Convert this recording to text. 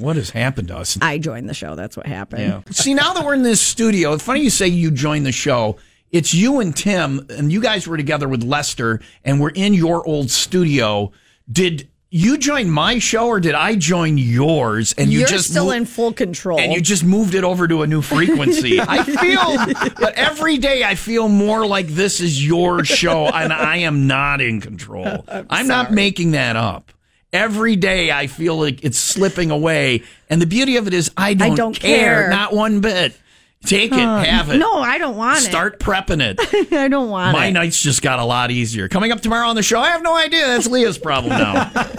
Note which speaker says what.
Speaker 1: What has happened to us?
Speaker 2: I joined the show. That's what happened.
Speaker 1: Yeah. See, now that we're in this studio, it's funny you say you joined the show. It's you and Tim, and you guys were together with Lester, and we're in your old studio. Did you join my show, or did I join yours? And you
Speaker 2: You're
Speaker 1: just
Speaker 2: still
Speaker 1: mo-
Speaker 2: in full control.
Speaker 1: and you just moved it over to a new frequency. I feel, but every day I feel more like this is your show, and I am not in control. I'm, not making that up. Every day I feel like it's slipping away, and the beauty of it is I don't,
Speaker 2: don't care.
Speaker 1: not one bit. Take it, have it.
Speaker 2: no, I don't want
Speaker 1: Start prepping it.
Speaker 2: it. I don't want
Speaker 1: My
Speaker 2: it.
Speaker 1: nights just got a lot easier. Coming up tomorrow on the show, I have no idea. That's Leah's problem now.